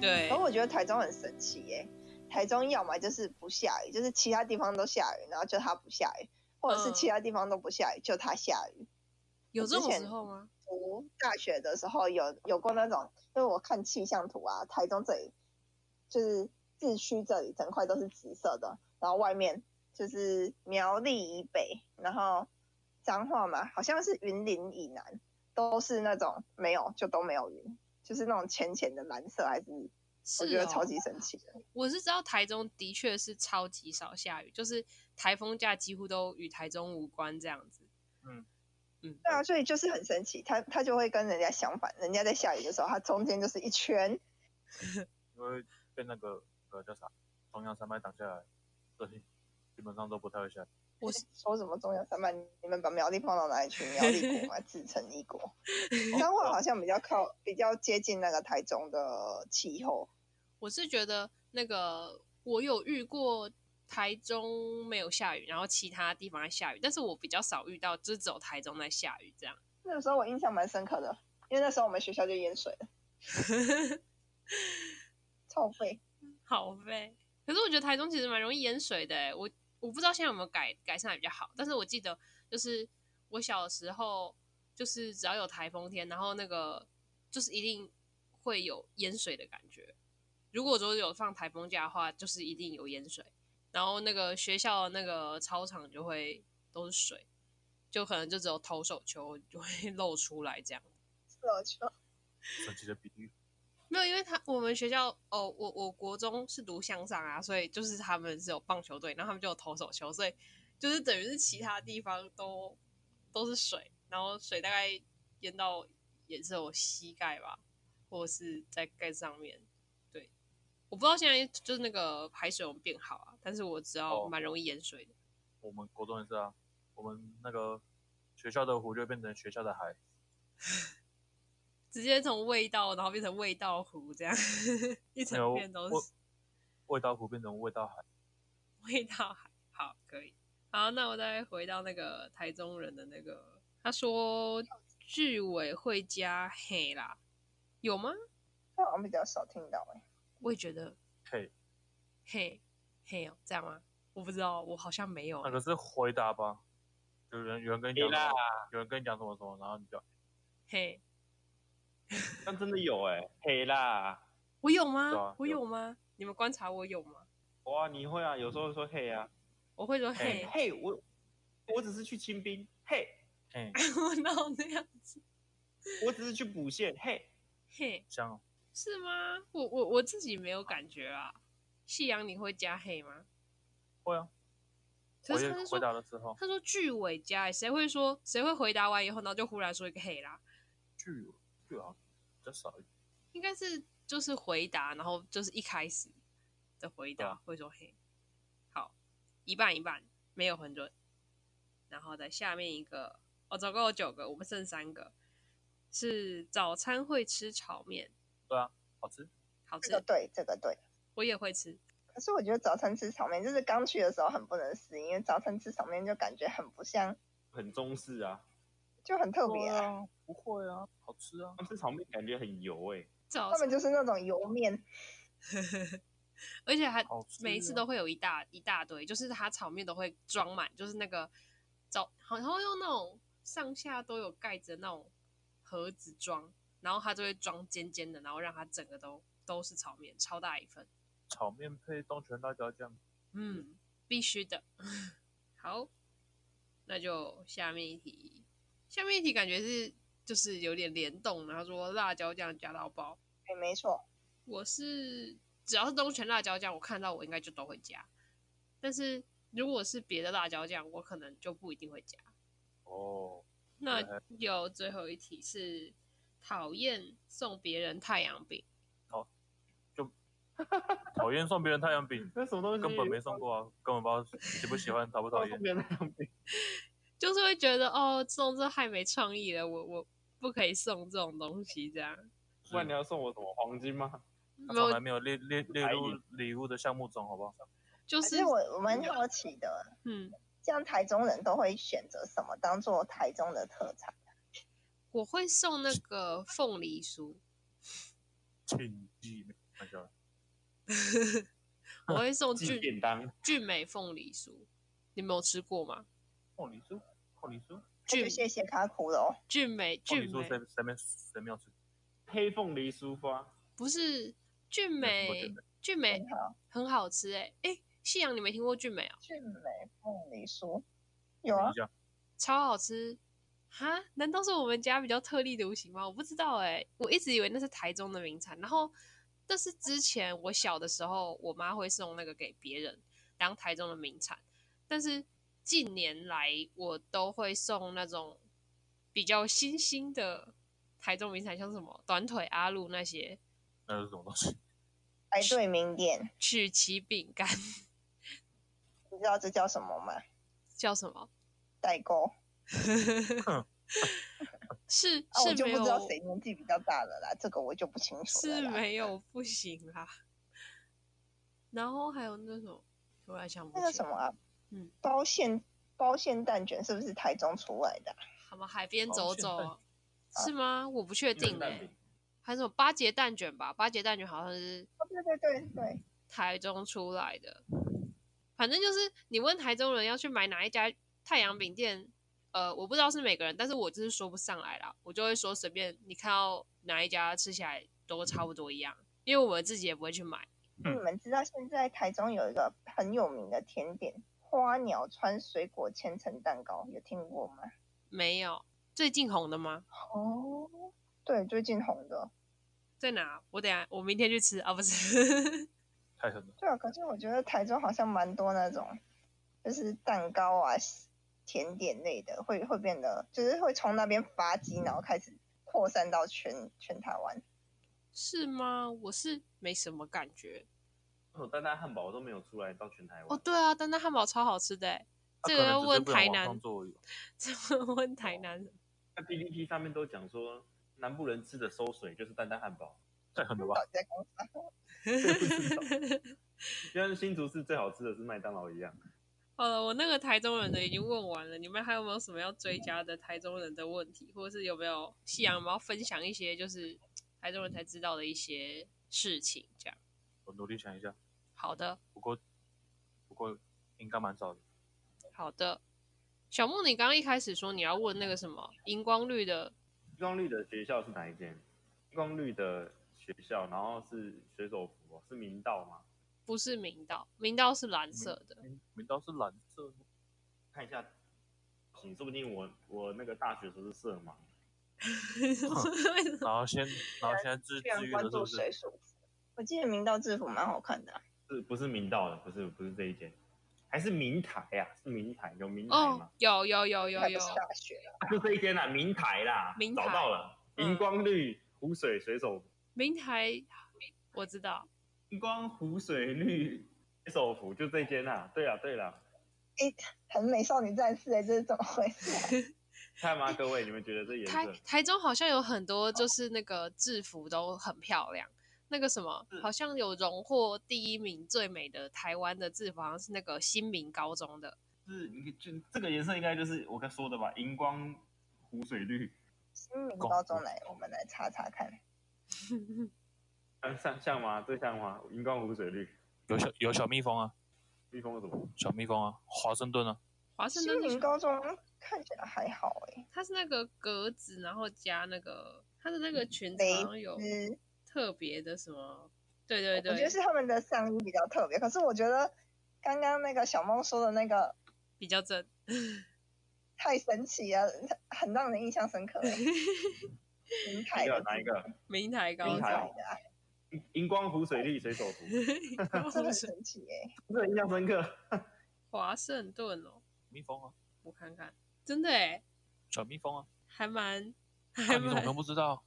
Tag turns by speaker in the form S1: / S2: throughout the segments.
S1: 对
S2: 可，我觉得台中很神奇耶、台中要么就是不下雨，就是其他地方都下雨，然后就它不下雨，或者是
S1: 嗯
S2: 其他地方都不下雨，就它下雨。
S1: 有这
S2: 之
S1: 种
S2: 前
S1: 时候吗？
S2: 读大学的时候有有过那种，因为我看气象图啊，台中这里就是市区这里整块都是紫色的，然后外面就是苗栗以北，然后彰化嘛，好像是云林以南，都是那种没有就都没有云，就是那种浅浅的蓝色，还是
S1: 是
S2: 我觉得
S1: 哦
S2: 超级神奇的。
S1: 我是知道台中的确是超级少下雨，就是台风假几乎都与台中无关这样子。
S3: 嗯
S1: 嗯，
S2: 对啊，所以就是很神奇，它它就会跟人家相反，人家在下雨的时候，它中间就是一圈，
S3: 因为被那个呃叫啥中央山脉挡下来，所以 基本上都不太会下雨。
S1: 我是
S2: 说什么中央山脉？你们把苗栗放到哪里去？苗栗 国嘛，自成一国。彰化好像比较靠，比较接近那个台中的气候。
S1: 我是觉得那个我有遇过台中没有下雨，然后其他地方在下雨，但是我比较少遇到，就是只有台中在下雨这样。
S2: 那个时候我印象蛮深刻的，因为那时候我们学校就淹水 了，超废。
S1: 好呗。可是我觉得台中其实蛮容易淹水的欸，我我不知道现在有没有改改善得比较好，但是我记得就是我小时候就是只要有台风天，然后那个就是一定会有淹水的感觉。如果说有放台风假的话，就是一定有淹水，然后那个学校的那个操场就会都是水，就可能就只有投手球就会 露出来这样。
S2: 是哦，就
S3: 神奇的比喻，
S1: 没有，因为他我们学校哦，我我国中是读向上啊，所以就是他们是有棒球队，然后他们就有投手球，所以就是等于是其他地方都都是水，然后水大概淹到也只有膝盖吧，或者是在盖上面。对，我不知道现在就是那个排水有没有变好啊，但是我知道
S3: 哦
S1: 蛮容易淹水的。
S3: 我们国中也是啊，我们那个学校的湖就变成学校的海，
S1: 直接从味道，然后变成味道湖这样， 一
S3: 没
S1: 整
S3: 有
S1: 片都
S3: 味
S1: 是。
S3: 味道湖变成味道海。
S1: 味道还好，可以。好，那我再回到那个台中人的那个，他说居委会加嘿啦，有吗？
S2: 那好像比较少听到哎、
S1: 我也觉得
S3: 嘿，
S1: 嘿嘿哦，这样吗？我不知道，我好像没有
S3: 那。个是回答吧？有人有人跟你
S4: 没
S3: 讲什
S4: 啦
S3: 么，有人跟你讲什么什么，然后你就
S1: 嘿，
S4: 但真的有哎、嘿啦，
S1: 我有
S3: 对
S1: 吗
S3: 啊？
S1: 我
S3: 有
S1: 有吗？你们观察我有吗？
S4: 哇，你会啊，有时候会说嘿啊，
S1: 我会说嘿
S3: 嘿，
S4: 嘿，我我只是去清兵，嘿，
S3: 嘿
S1: 我哪有那样子？
S4: 我只是去补线，嘿，
S1: 嘿，
S3: 香哦，
S1: 是吗？我我我自己没有感觉啊。夕阳，你会加嘿吗？
S3: 会啊。
S1: 可
S3: 我
S1: 是
S3: 也
S1: 他是
S3: 回
S1: 说
S3: 答的时候，
S1: 他说句尾加，欸谁会说谁会回答完以后，然后就忽然说一个嘿啦？
S3: 句句好像啊比较少一点。
S1: 应该是就是回答，然后就是一开始的回
S3: 对
S1: 答
S3: 啊
S1: 会说嘿，好，一半一半，没有很准。然后在下面一个，哦，总共有九个，我们剩三个，是早餐会吃炒面，
S3: 对啊，好吃。
S1: 好
S2: 这个
S1: 吃，
S2: 对，这个对。
S1: 我也会吃。
S2: 可是我觉得早餐吃炒面，就是刚去的时候很不能适应，因为早餐吃炒面就感觉很不像，
S4: 很中式啊，
S2: 就很特别、
S1: 哦
S2: 啊。
S3: 啊，不会啊，好吃啊。
S4: 这炒面感觉很油哎、
S1: 早
S2: 他
S1: 餐
S2: 们，就是那种油面，
S1: 而且还
S3: 好吃
S1: 每一次
S3: 啊
S1: 都会有一大一大堆，就是它炒面都会装满，就是那个早好像用那种上下都有盖着那种盒子装，然后它就会装尖尖的，然后让它整个都都是炒面，超大一份，
S3: 炒面配东泉辣椒酱，
S1: 嗯，必须的。 好，那就下面一题，下面一题感觉是就是有点联动，然后说辣椒酱加到爆，
S2: 对，没错。
S1: 我是只要是东泉辣椒酱，我看到我应该就都会加。但是如果是别的辣椒酱，我可能就不一定会加。
S3: 哦，
S1: 那有最后一题是讨厌送别人太阳饼，
S3: 讨厌送别人太阳饼，
S4: 那什么东西
S3: 根本没送过啊，根本不知道喜不喜欢，讨不讨
S4: 到
S3: 厌
S4: 送。别人那种
S1: 就是会觉得哦，送这太没创意了，我我不可以送这种东西这样。
S4: 不然你要送我什么黄金吗？
S3: 他
S1: 没
S3: 从来
S1: 有，
S3: 没有列列列
S4: 白
S3: 入
S4: 银
S3: 礼物的项目中，好不好？
S1: 就
S2: 可
S1: 是
S2: 是我我蛮好奇的，
S1: 嗯，
S2: 像台中人都会选择什么当做台中的特产？
S1: 我会送那个凤梨酥，
S3: 请记看笑了。
S1: 我会送
S4: 寄
S1: 俊
S4: 便当，
S1: 俊美凤梨酥，你们有吃过吗？
S4: 哦
S3: 凤梨酥，凤梨酥，
S1: 俊
S2: 就谢谢卡苦了哦。
S1: 俊美
S3: 凤
S1: 俊
S3: 梨酥
S1: 美
S3: 谁谁没谁没有吃？
S4: 黑凤梨酥花，
S1: 不是俊
S2: 嗯
S3: 没有吃
S1: 美
S3: 过俊美
S1: 俊美
S2: 很好，
S1: 很好吃哎、欸、哎、夕阳你没听过俊美啊？
S2: 俊美凤梨酥有
S1: 嗯
S2: 啊
S3: 等一，下，
S1: 超好吃哈？难道是我们家比较特立独行吗？我不知道哎、我一直以为那是台中的名产。然后，但是之前我小的时候，我妈会送那个给别人当台中的名产，但是近年来我都会送那种比较新兴的台中名产，像什么短腿阿露那些
S3: 那是什么东西？
S2: 排队名店，
S1: 曲奇饼干
S2: 你知道这叫什么吗？
S1: 叫什么？
S2: 代购
S1: 是
S2: 啊，我
S1: 是
S2: 就
S1: 没
S2: 不
S1: 有
S2: 知道谁年纪比较大了啦，这个我就不清楚了
S1: 是
S2: 啦。
S1: 没有不行啦。然后还有那种，突然想不
S2: 那
S1: 起
S2: 个什么啊，
S1: 嗯
S2: 包馅包馅蛋卷是不是台中出来的啊？
S1: 什么海边
S3: 哦
S1: 走
S3: 现
S1: 走
S3: 在
S1: 啊，是吗？我不确定
S4: 圣
S1: 哎、
S4: 诞饼，
S1: 还有什么八节蛋卷吧？八节蛋卷好像是
S2: 哦对对对对，
S1: 台中出来的，反正就是你问台中人要去买哪一家太阳饼店，呃，我不知道是每个人，但是我就是说不上来啦，我就会说随便你看到哪一家吃起来都差不多一样，因为我们自己也不会去买。
S2: 那你们知道现在台中有一个很有名的甜点花鸟川水果千层蛋糕，有听过吗？
S1: 没有，最近红的吗？
S2: 哦，对，最近红的。
S1: 在哪？我等一下我明天去吃啊，不是
S3: 太狠了，
S2: 对啊，可是我觉得台中好像蛮多那种，就是蛋糕啊、甜点类的，会会变得就是会从那边发迹，然后开始扩散到全全台湾。
S1: 是吗？我是没什么感觉。
S4: 我单单哦汉堡都没有出来到全台
S1: 哦，
S4: 湾，
S1: 对啊，丹丹汉堡超好吃的欸，
S3: 他
S1: 这
S3: 啊
S1: 个
S3: 可
S1: 要
S3: 能只是
S1: 问
S3: 不想
S1: 台
S3: 往
S1: 南
S3: 上做而已吧哦
S1: 这么问台南 人。
S4: 那 PPT 上面都讲说南部人吃的馊水就是蛋蛋汉堡，
S3: 太狠了吧
S2: 到？底在公司
S4: 就像新竹市最好吃的是麦当劳一样。
S1: 好了，我那个台中人的已经问完了，你们还有没有什么要追加的台中人的问题，或者是有没有夕阳有没有分享一些就是台中人才知道的一些事情？这样
S3: 我努力想一下，
S1: 好的，
S3: 不过不过应该蛮少的。
S1: 好的。小木，你刚刚一开始说你要问那个什么荧光绿的，
S4: 星光绿的学校是哪一间？星光绿的学校，然后是水手服、哦，是明道吗？
S1: 不是明道，明道是蓝色的。
S3: 明明道是蓝色的，
S4: 看一下，你说不定我我那个大学时候是色盲，
S2: 哦
S1: 为什么？
S3: 然后先然后现在治
S2: 居
S3: 治
S2: 然
S3: 愈了
S2: 关
S3: 是不
S2: 注
S1: 啊
S3: 是？
S2: 水鼠。我记得明道制服蛮好看的啊、
S4: 是不是明道的？不是不是这一间，还是明台呀、是明台，有明台
S1: 哦
S4: 吗？，
S1: 有有有有
S2: 还不
S1: 有
S2: 是，大学啊
S4: 啊就这一间啦，明台啦，
S1: 明台
S4: 找到了，
S1: 嗯
S4: 荧光绿湖水水手服，
S1: 明台我知道，
S4: 荧光湖水绿水手服，就这间啦。对啦啊对啦，
S2: 很美少女战士哎、这是怎么回事、啊？
S4: 看吗？各位，你们觉得这颜
S1: 台
S4: 色？
S1: 台中好像有很多
S2: 哦
S1: 就是那个制服都很漂亮，那个什么
S2: 嗯
S4: 是
S1: 好像有荣获第一名最美的台湾的制服，好像是那个新民高中 的，
S4: 是，你就这个颜色应该就是我刚说的吧，荧光湖水绿。
S2: 新民嗯高中来，我们来查查看。
S4: 像像像吗？这像吗？荧光湖水绿，
S3: 有小有小蜜蜂啊，
S4: 蜜蜂什么？
S3: 小蜜蜂啊，华盛顿啊，
S1: 华盛
S2: 新
S1: 顿
S2: 民
S1: 的
S2: 高中看起来还好哎、
S1: 它是那个格子，然后加那个它的那个裙子
S2: 蕾
S1: 好像有
S2: 嗯，
S1: 特别的什么，对哦对
S2: 我觉得
S1: 对，
S2: 是他们的上衣比较特别，可是我觉得刚刚那个小梦说的那个
S1: 比较正。
S2: 太神奇了，很让人印象深刻、 欸。明
S4: 哪
S2: 台
S4: 一
S2: 的
S4: 个？哪一个？
S1: 明台高
S2: 明
S4: 明
S1: 中
S4: 台，
S2: 台 的、啊，
S4: 荧荧光湖水绿水手服，
S2: 这很神奇哎、
S4: 这个印象深刻。
S1: 华盛顿哦，
S3: 蜜蜂啊，
S1: 我看看，真的哎，
S3: 小蜜蜂啊，
S1: 还蛮
S3: 啊
S1: 还
S3: 你怎么
S1: 蛮
S3: 可能，不知道？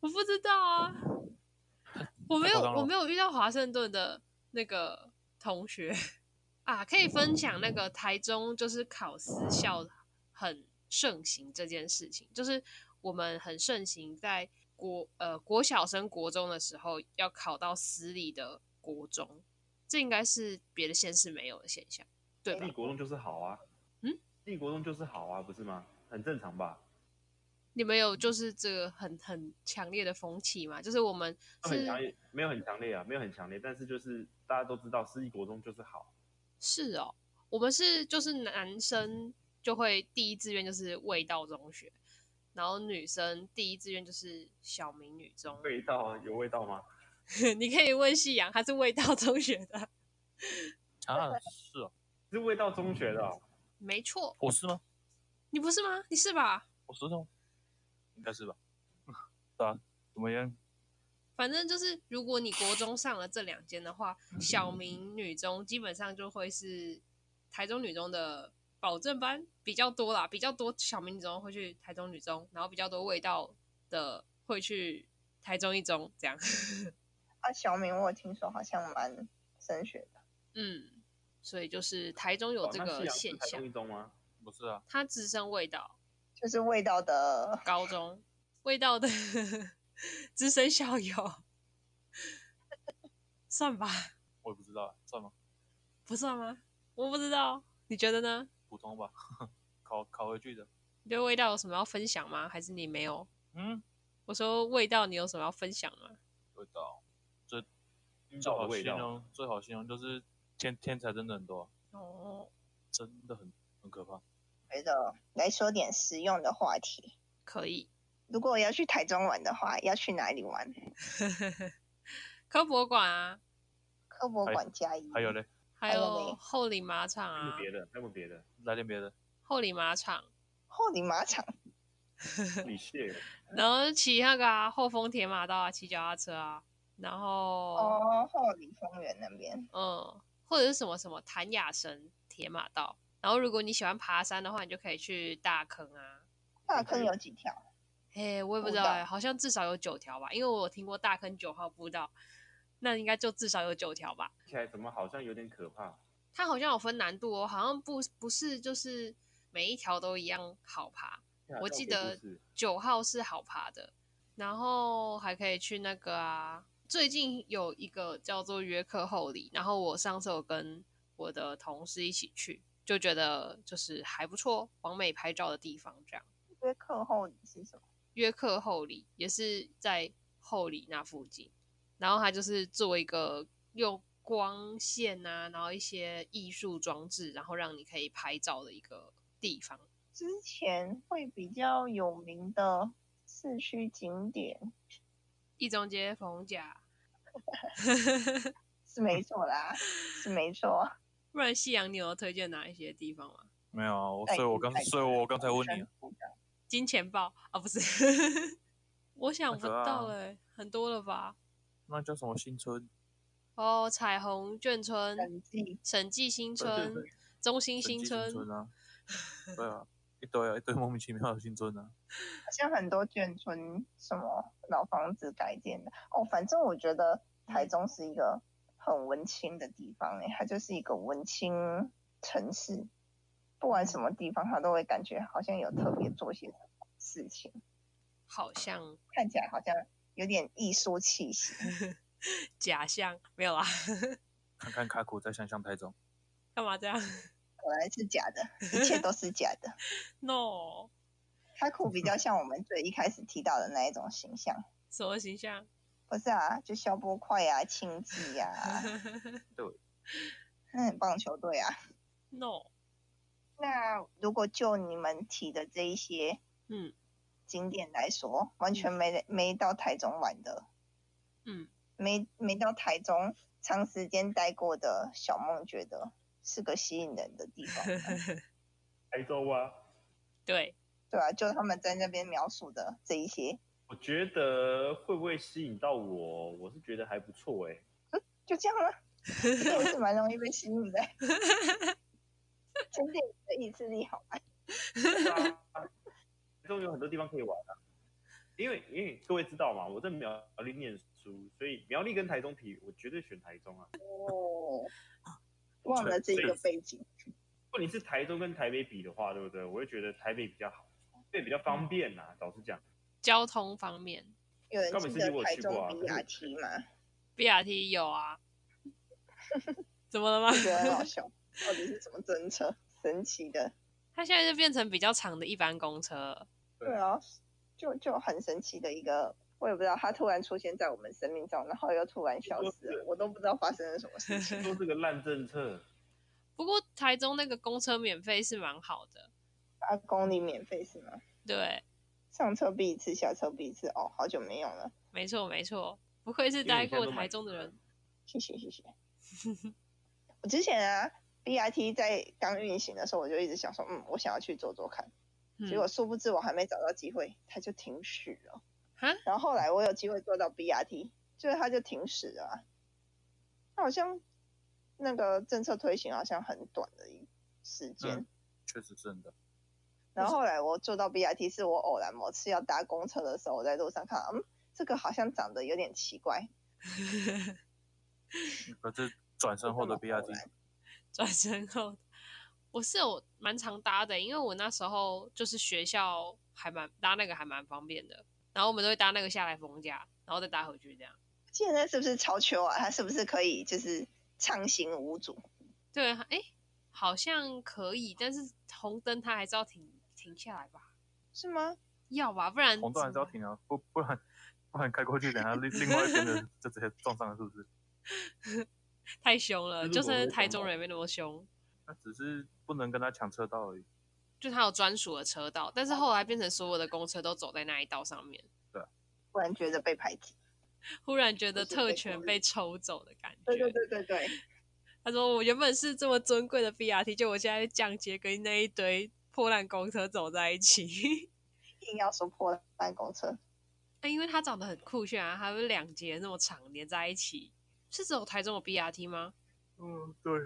S1: 我不知道啊， 我没有
S3: 太夸张了吧
S1: 我没有遇到华盛顿的那个同学 啊，可以分享那个台中就是考私校很盛行这件事情，就是我们很盛行在国呃国小升国中的时候要考到私立的国中，这应该是别的县市没有的现象，对吧
S4: 立？国中就是好啊，
S1: 嗯，
S4: 立国中就是好啊，不是吗？很正常吧？
S1: 你们有就是这个很很强烈的风气嘛？就是我们
S4: 那很
S1: 是
S4: 强烈，没有很强烈啊，没有很强烈，但是就是大家都知道，私立国中就是好，
S1: 是哦，我们是就是男生就会第一志愿就是味道中学，然后女生第一志愿就是小明女中。
S4: 味道啊有味道吗？
S1: 你可以问夕阳，他是味道中学的，
S3: 啊，是哦，
S4: 是味道中学的
S1: 嗯
S4: 哦、
S1: 没错，
S3: 我是吗？
S1: 你不是吗？你是吧？
S3: 我是吗？应该是吧。对啊，怎么样？
S1: 反正就是，如果你国中上了这两间的话，小明女中基本上就会是台中女中的保证班比较多啦，比较多小明女中会去台中女中，然后比较多味道的会去台中一中这样。
S2: 啊，小明我有听说好像蛮升学的，
S1: 嗯，所以就是台中有
S4: 哦
S1: 这
S4: 那
S1: 个
S4: 夕阳
S1: 现
S4: 是台中
S1: 象
S4: 一，中吗？
S3: 不是啊，
S1: 它直升味道
S2: 就是味道的
S1: 高中味道的 直升校友， 算吧，
S3: 我也不知道啊，算吗？
S1: 不算吗？我不知道，你觉得呢？
S3: 普通吧，考考回去的。
S1: 你对味道有什么要分享吗？还是你没有？
S3: 嗯，
S1: 我说味道，你有什么要分享吗？
S3: 味道，最
S4: 味
S3: 最
S4: 道的
S3: 好
S4: 味
S3: 形
S4: 道，
S3: 容最好形容就是天天才真的很多，啊
S1: 哦，
S3: 真的很很可怕。
S2: 觉得来说点实用的话题。
S1: 可以。
S2: 如果要去台中玩的话，要去哪里玩？
S1: 科博馆啊，
S2: 科博馆加一，
S3: 还有嘞，
S1: 还
S2: 还有
S1: 有
S2: 嘞
S1: 后里马场
S4: 还有
S1: 啊，
S4: 别的，还有 别的，
S3: 来点别的。
S1: 后里马场，
S2: 后里马场，
S4: 李谢
S1: 然后骑那个啊后丰铁马道啊，骑脚踏车啊，然后
S2: 哦，后里公园那边，
S1: 嗯，或者是什么什么谭雅神铁马道。然后如果你喜欢爬山的话，你就可以去大坑啊。
S2: 大坑有几条？
S1: 嘿，我也不知道
S2: 步道
S1: 哎、好像至少有九条吧，因为我有听过大坑九号步道，那应该就至少有九条吧。
S4: 听起来怎么好像有点可怕？
S1: 它好像有分难度哦，好像不不是就是每一条都一样好爬。我记得九号是好爬的，然后还可以去那个啊，最近有一个叫做约克后里，然后我上次有跟我的同事一起去，就觉得就是还不错，完美拍照的地方这样。
S2: 约克后里是什么？
S1: 约克后里也是在后里那附近，然后它就是做一个用光线啊，然后一些艺术装置，然后让你可以拍照的一个地方。
S2: 之前会比较有名的市区景点
S1: 一中街逢甲，
S2: 是没错啦，是没
S3: 哦
S2: 错。
S1: 不然夕阳你有推荐哪一些地方吗？
S3: 没有啊，我
S2: 在
S3: 所以我刚
S2: 在
S3: 所以我刚才问
S2: 山
S3: 你啊，
S2: 谷的
S1: 金钱豹啊，不是， 我想不到哎、很多了吧？
S3: 那叫什么新村？
S1: 哦，彩虹眷村、
S2: 人迹
S1: 审计新
S4: 对
S1: 村
S4: 对、
S1: 中心新
S3: 神迹
S1: 村，
S3: 村啊，对啊，一堆啊一堆莫名其妙的新村啊。
S2: 好像很多眷村什么老房子改建的哦，反正我觉得台中是一个很文青的地方诶、它就是一个文青城市，不管什么地方，它都会感觉好像有特别做些什么事情，
S1: 好像
S2: 看起来好像有点艺术气息。嗯
S1: 假象没有啦，
S3: 看看卡古，再想想台中。
S1: 干嘛这样
S2: 果然是假的，一切都是假的。
S1: ？No，
S2: 哈库比较像我们最一开始提到的那一种形象，
S1: 什么形象？
S2: 不是啊，就消波块啊、庆记啊，嗯，棒球队啊。
S1: no，
S2: 那如果就你们提的这一些
S1: 嗯
S2: 景点来说，完全没没到台中玩的，
S1: 嗯，
S2: 没没到台中长时间待过的小梦，觉得是个吸引人的地方吗，啊
S4: 台州啊，
S1: 对，
S2: 对啊，就他们在那边描述的这一些，
S4: 我觉得会不会吸引到我？我是觉得还不错哎、
S2: 就这样吗？我也是蛮容易被吸引的。真的，你的意志力好吧？
S4: 啊台中有很多地方可以玩啊。因为因为各位知道嘛，我在苗栗念书，所以苗栗跟台中比，我绝对选台中啊。
S2: 哦，忘了这个背景。
S4: 如果你是台中跟台北比的话，对不对？我会觉得台北比较好，对，比较方便呐、啊老实讲，
S1: 交通方面
S2: 有人
S4: 高
S2: 记
S4: 美湿
S2: 得
S4: 地我有
S2: 台
S4: 去过
S2: 中
S4: 啊
S2: BRT 吗？
S1: ，BRT 有啊， 怎么了吗
S2: 就？觉得很好笑，到底是什么政策？神奇的，
S1: 它现在就变成比较长的一般公车了，
S2: 对啊，就就很神奇的一个，我也不知道它突然出现在我们生命中，然后又突然消失了，我都不知道发生了什么事情。
S4: 说这个烂政策，
S1: 不过台中那个公车免费是蛮好的，
S2: 八公里免费是吗？
S1: 对，
S2: 上车必一次，下车必一次。哦，好久没用了，
S1: 没错没错，不愧是待过台中的人。
S2: 谢谢谢谢。我之前啊，BRT 在刚运行的时候，我就一直想说，嗯，我想要去坐坐看。
S1: 嗯
S2: 结果殊不知我还没找到机会，它就停驶了。
S1: 哈，
S2: 然后后来我有机会坐到 BRT，就是它就停驶了、啊。它好像那个政策推行好像很短的一时间，
S3: 嗯确实真的。
S2: 然后后来我坐到 BRT，是我偶然某次要搭公车的时候，我在路上看到，嗯，这个好像长得有点奇怪，
S3: 可是转身后的 BRT，
S1: 转身后，我是有蛮常搭的，因为我那时候就是学校还蛮搭那个还蛮方便的，然后我们都会搭那个下来逢甲，然后再搭回去这样。
S2: 现在是不是超球啊？它是不是可以就是畅行无阻？
S1: 对，哎，好像可以，但是红灯它还是要停停下来吧？
S2: 是吗？
S1: 要吧，不然
S3: 红灯还是要停啊，不不然不然开过去，等下另另外一边的 人就直接撞上了，是不是？
S1: 太凶了，
S4: 如
S1: 就
S4: 果
S1: 算是
S4: 我
S1: 台
S4: 懂
S1: 中
S4: 了
S1: 人也没那么凶，
S3: 那只是不能跟他抢车道而已。
S1: 就它有专属的车道，但是后来变成所有的公车都走在那一道上面，
S2: 不然觉得被排挤。
S1: 忽然觉得
S2: 就是
S1: 特
S2: 被
S1: 权
S2: 过滤
S1: 被抽走的感觉。
S2: 对对对对对，
S1: 他说：“我原本是这么尊贵的 BRT，就我现在降阶跟那一堆破烂公车走在一起。
S2: 硬要说破烂公车，
S1: 那因为它长得很酷炫啊，它有两节那么长连在一起，是只有台中有 BRT 吗？
S3: 嗯，对，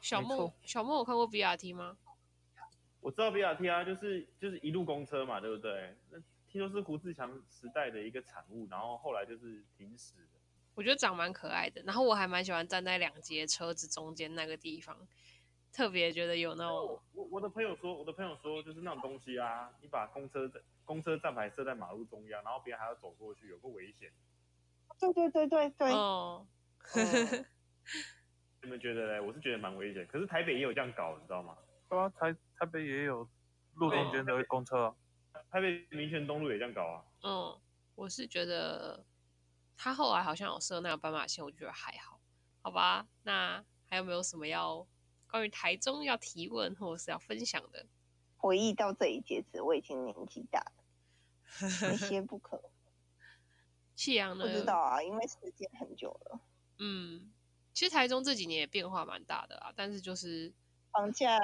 S1: 小
S3: 没
S1: 梦
S3: 错，
S1: 小梦，有看过 BRT 吗？
S4: 我知道 BRT 啊，就是就是一路公车嘛，对不对？那听说是胡志强时代的一个产物，然后后来就是停驶的。
S1: 我觉得长蛮可爱的，然后我还蛮喜欢站在两节车子中间那个地方，特别觉得有那种
S4: 我我我的朋友说，我的朋友说，就是那种东西啊，你把公车站公车站牌设在马路中央，然后别人还要走过去，有个危险。
S2: 对对对对对，
S1: 哦，
S2: 嗯
S4: 你们觉得嘞？我是觉得蛮危险，可是台北也有这样搞，你知道吗？
S3: 对啊，台台北也有路中间的公车啊，
S4: 台北民权东路也这样搞啊。
S1: 嗯，我是觉得他后来好像有设那个斑马线，我觉得还好，好吧？那还有没有什么要关于台中要提问或者是要分享的？
S2: 回忆到这一截止，我已经年纪大了，有些不 可，
S1: 哎气阳呢？
S2: 不知道啊，因为时间很久了，
S1: 嗯，其实台中这几年也变化蛮大的啦，但是就是
S2: 房价，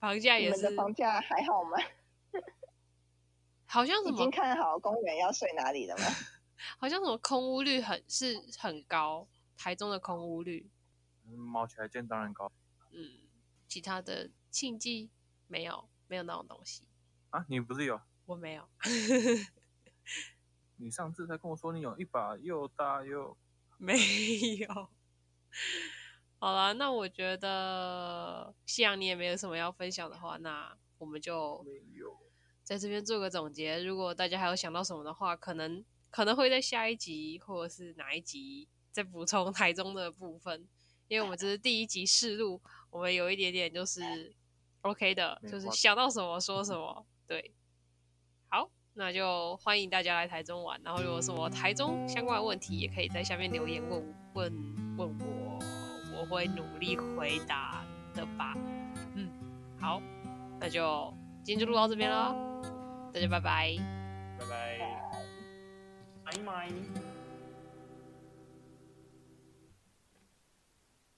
S1: 房价
S2: 你
S1: 也
S2: 们
S1: 是
S2: 的，房价还好吗？
S1: 好像什
S2: 已
S1: 么
S2: 经看好公园要睡哪里了吗？
S1: 好像什么空屋率很是很高，台中的空屋率，
S3: 嗯毛起来见当然高
S1: 嗯，其他的庆记没有没有那种东西，
S3: 啊。你不是有？
S1: 我没有，
S3: 你上次才跟我说你有一把又大又……
S1: 没有。好啦，那我觉得夕阳你也没有什么要分享的话，那我们就
S3: 有，
S1: 在这边做个总结。如果大家还有想到什么的话，可能可能会在下一集或者是哪一集再补充台中的部分，因为我们这是第一集试录，我们有一点点就是 OK 的，
S3: 没
S1: 就是
S3: 话
S1: 想到什 么说什么。对，好，那就欢迎大家来台中玩。然后如果有什么台中相关的问题，也可以在下面留言问问问我，我会努力回答的吧。嗯，好，那就今天就录到这边了，大家拜拜。
S4: 拜拜，拜拜。